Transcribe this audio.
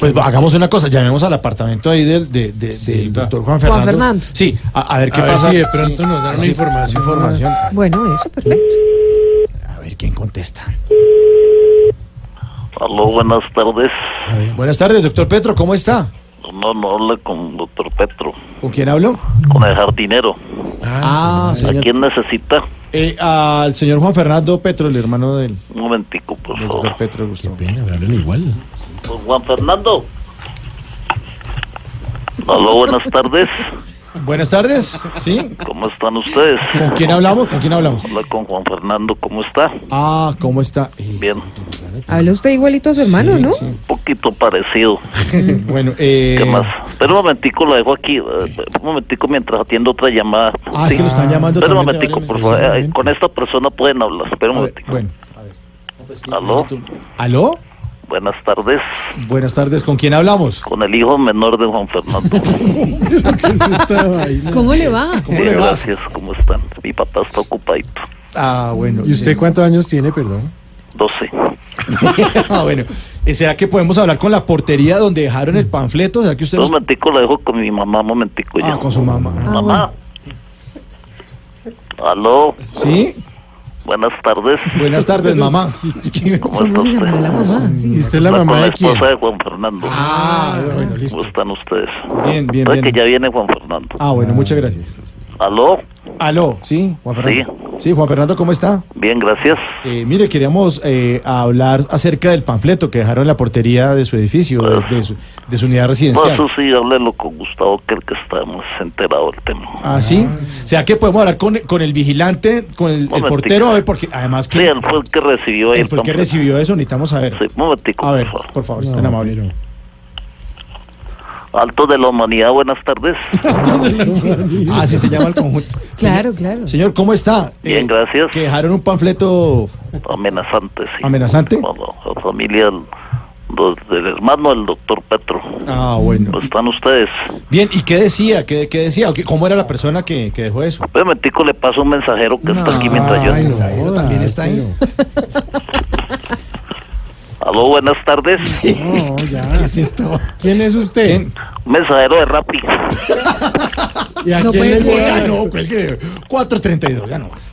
Pues va, hagamos una cosa, llamemos al apartamento ahí del, de- de- del va. doctor Juan Fernando. Fernando. Sí, a, a ver qué A ver pasa. si de pronto nos dan una sí, información información. Bueno, eso, perfecto. A ver quién contesta. Aló, buenas tardes. A ver, Buenas tardes, doctor Petro, ¿cómo está? No, no habla con doctor Petro, ¿Con quién hablo? con el jardinero. Ah, ¿A señor. quién necesita? Eh, al señor Juan Fernando Petro, el hermano del, Un momentico, por del favor. doctor Petro Gustavo. igual. Don Juan Fernando. Aló, buenas tardes. Buenas tardes, ¿sí? ¿Cómo están ustedes? ¿Con quién hablamos? ¿Con quién hablamos? Habla con Juan Fernando, ¿cómo está? Ah, ¿cómo está? Eh, Bien, Habla usted igualito a su hermano, sí, ¿no? sí. un poquito parecido. Bueno, eh, ¿Qué más? Espera un momentico, lo dejo aquí. eh, Un momentico mientras atiendo otra llamada. Ah, es que lo están llamando Espera un también de momentico, varias por favor. eh, empresas. Con esta persona pueden hablar. Espera un A ver, pues, momentico. bueno. Aló, ¿Aló? buenas tardes. Buenas tardes, ¿con quién hablamos? Con el hijo menor de Juan Fernando. ¿Cómo le va? ¿Cómo le Bien, va? gracias, ¿cómo están? Mi papá está ocupadito. Ah, bueno. ¿Y usted bien. cuántos años tiene, perdón? 12. ah, bueno. Eh, ¿Será que podemos hablar con la portería donde dejaron el panfleto? ¿Será que usted Un nos... momentico la dejo con mi mamá, un momentico Ah, ya. con su mamá. Ah, Mamá. Aló, ¿Sí? buenas tardes. Buenas tardes, mamá. ¿Cómo ¿Cómo está se llamará la usted? mamá? Sí. ¿Y usted es la Habla con mamá la de quién? esposa de Juan Fernando. Ah, bueno, ¿Cómo listo. están ustedes? Bien, bien, Sabe que bien. ya viene Juan Fernando. Ah, bueno, muchas gracias. Aló, Aló, ¿sí? Juan Fernando. Fernando. Sí, Juan Fernando, ¿cómo está? bien, gracias. Eh, mire, queríamos eh, hablar acerca del panfleto que dejaron en la portería de su edificio, de, de su, de su unidad No, residencial. eso sí, háblelo con Gustavo, que es el que está más enterado del tema. Ah, sí. ¿Será que podemos hablar con, con el vigilante, con el, el Momentico. portero? A ver, porque además Sí, que él fue el que recibió ahí él fue el que panfleto. recibió eso, necesitamos saber. Sí, un momentico, A ver, por favor. por favor, si es tan amable. Alto de la humanidad, buenas tardes. Ah, sí, se llama el conjunto. Claro, claro. Señor, ¿cómo está? Eh, Bien, gracias. Que dejaron un panfleto. Amenazante, sí. ¿Amenazante? Bueno, la familia del- dos- del hermano del doctor Petro. Ah, bueno. ¿Cómo están ustedes? Bien, ¿y qué decía? ¿Qué, qué decía? ¿O qué- ¿Cómo era la persona que, que dejó eso? Un momentico le paso un mensajero que está aquí mientras yo... Ay, no Mensajero joda, también está ahí. pero- Aló, buenas tardes. No, ya. ¿Quién es usted? ¿Quién? Un mensajero de Rappi. ¿Y a No quién puede le ser. llega? Ah, Ya no, cuelgue. 4.32, ya no más.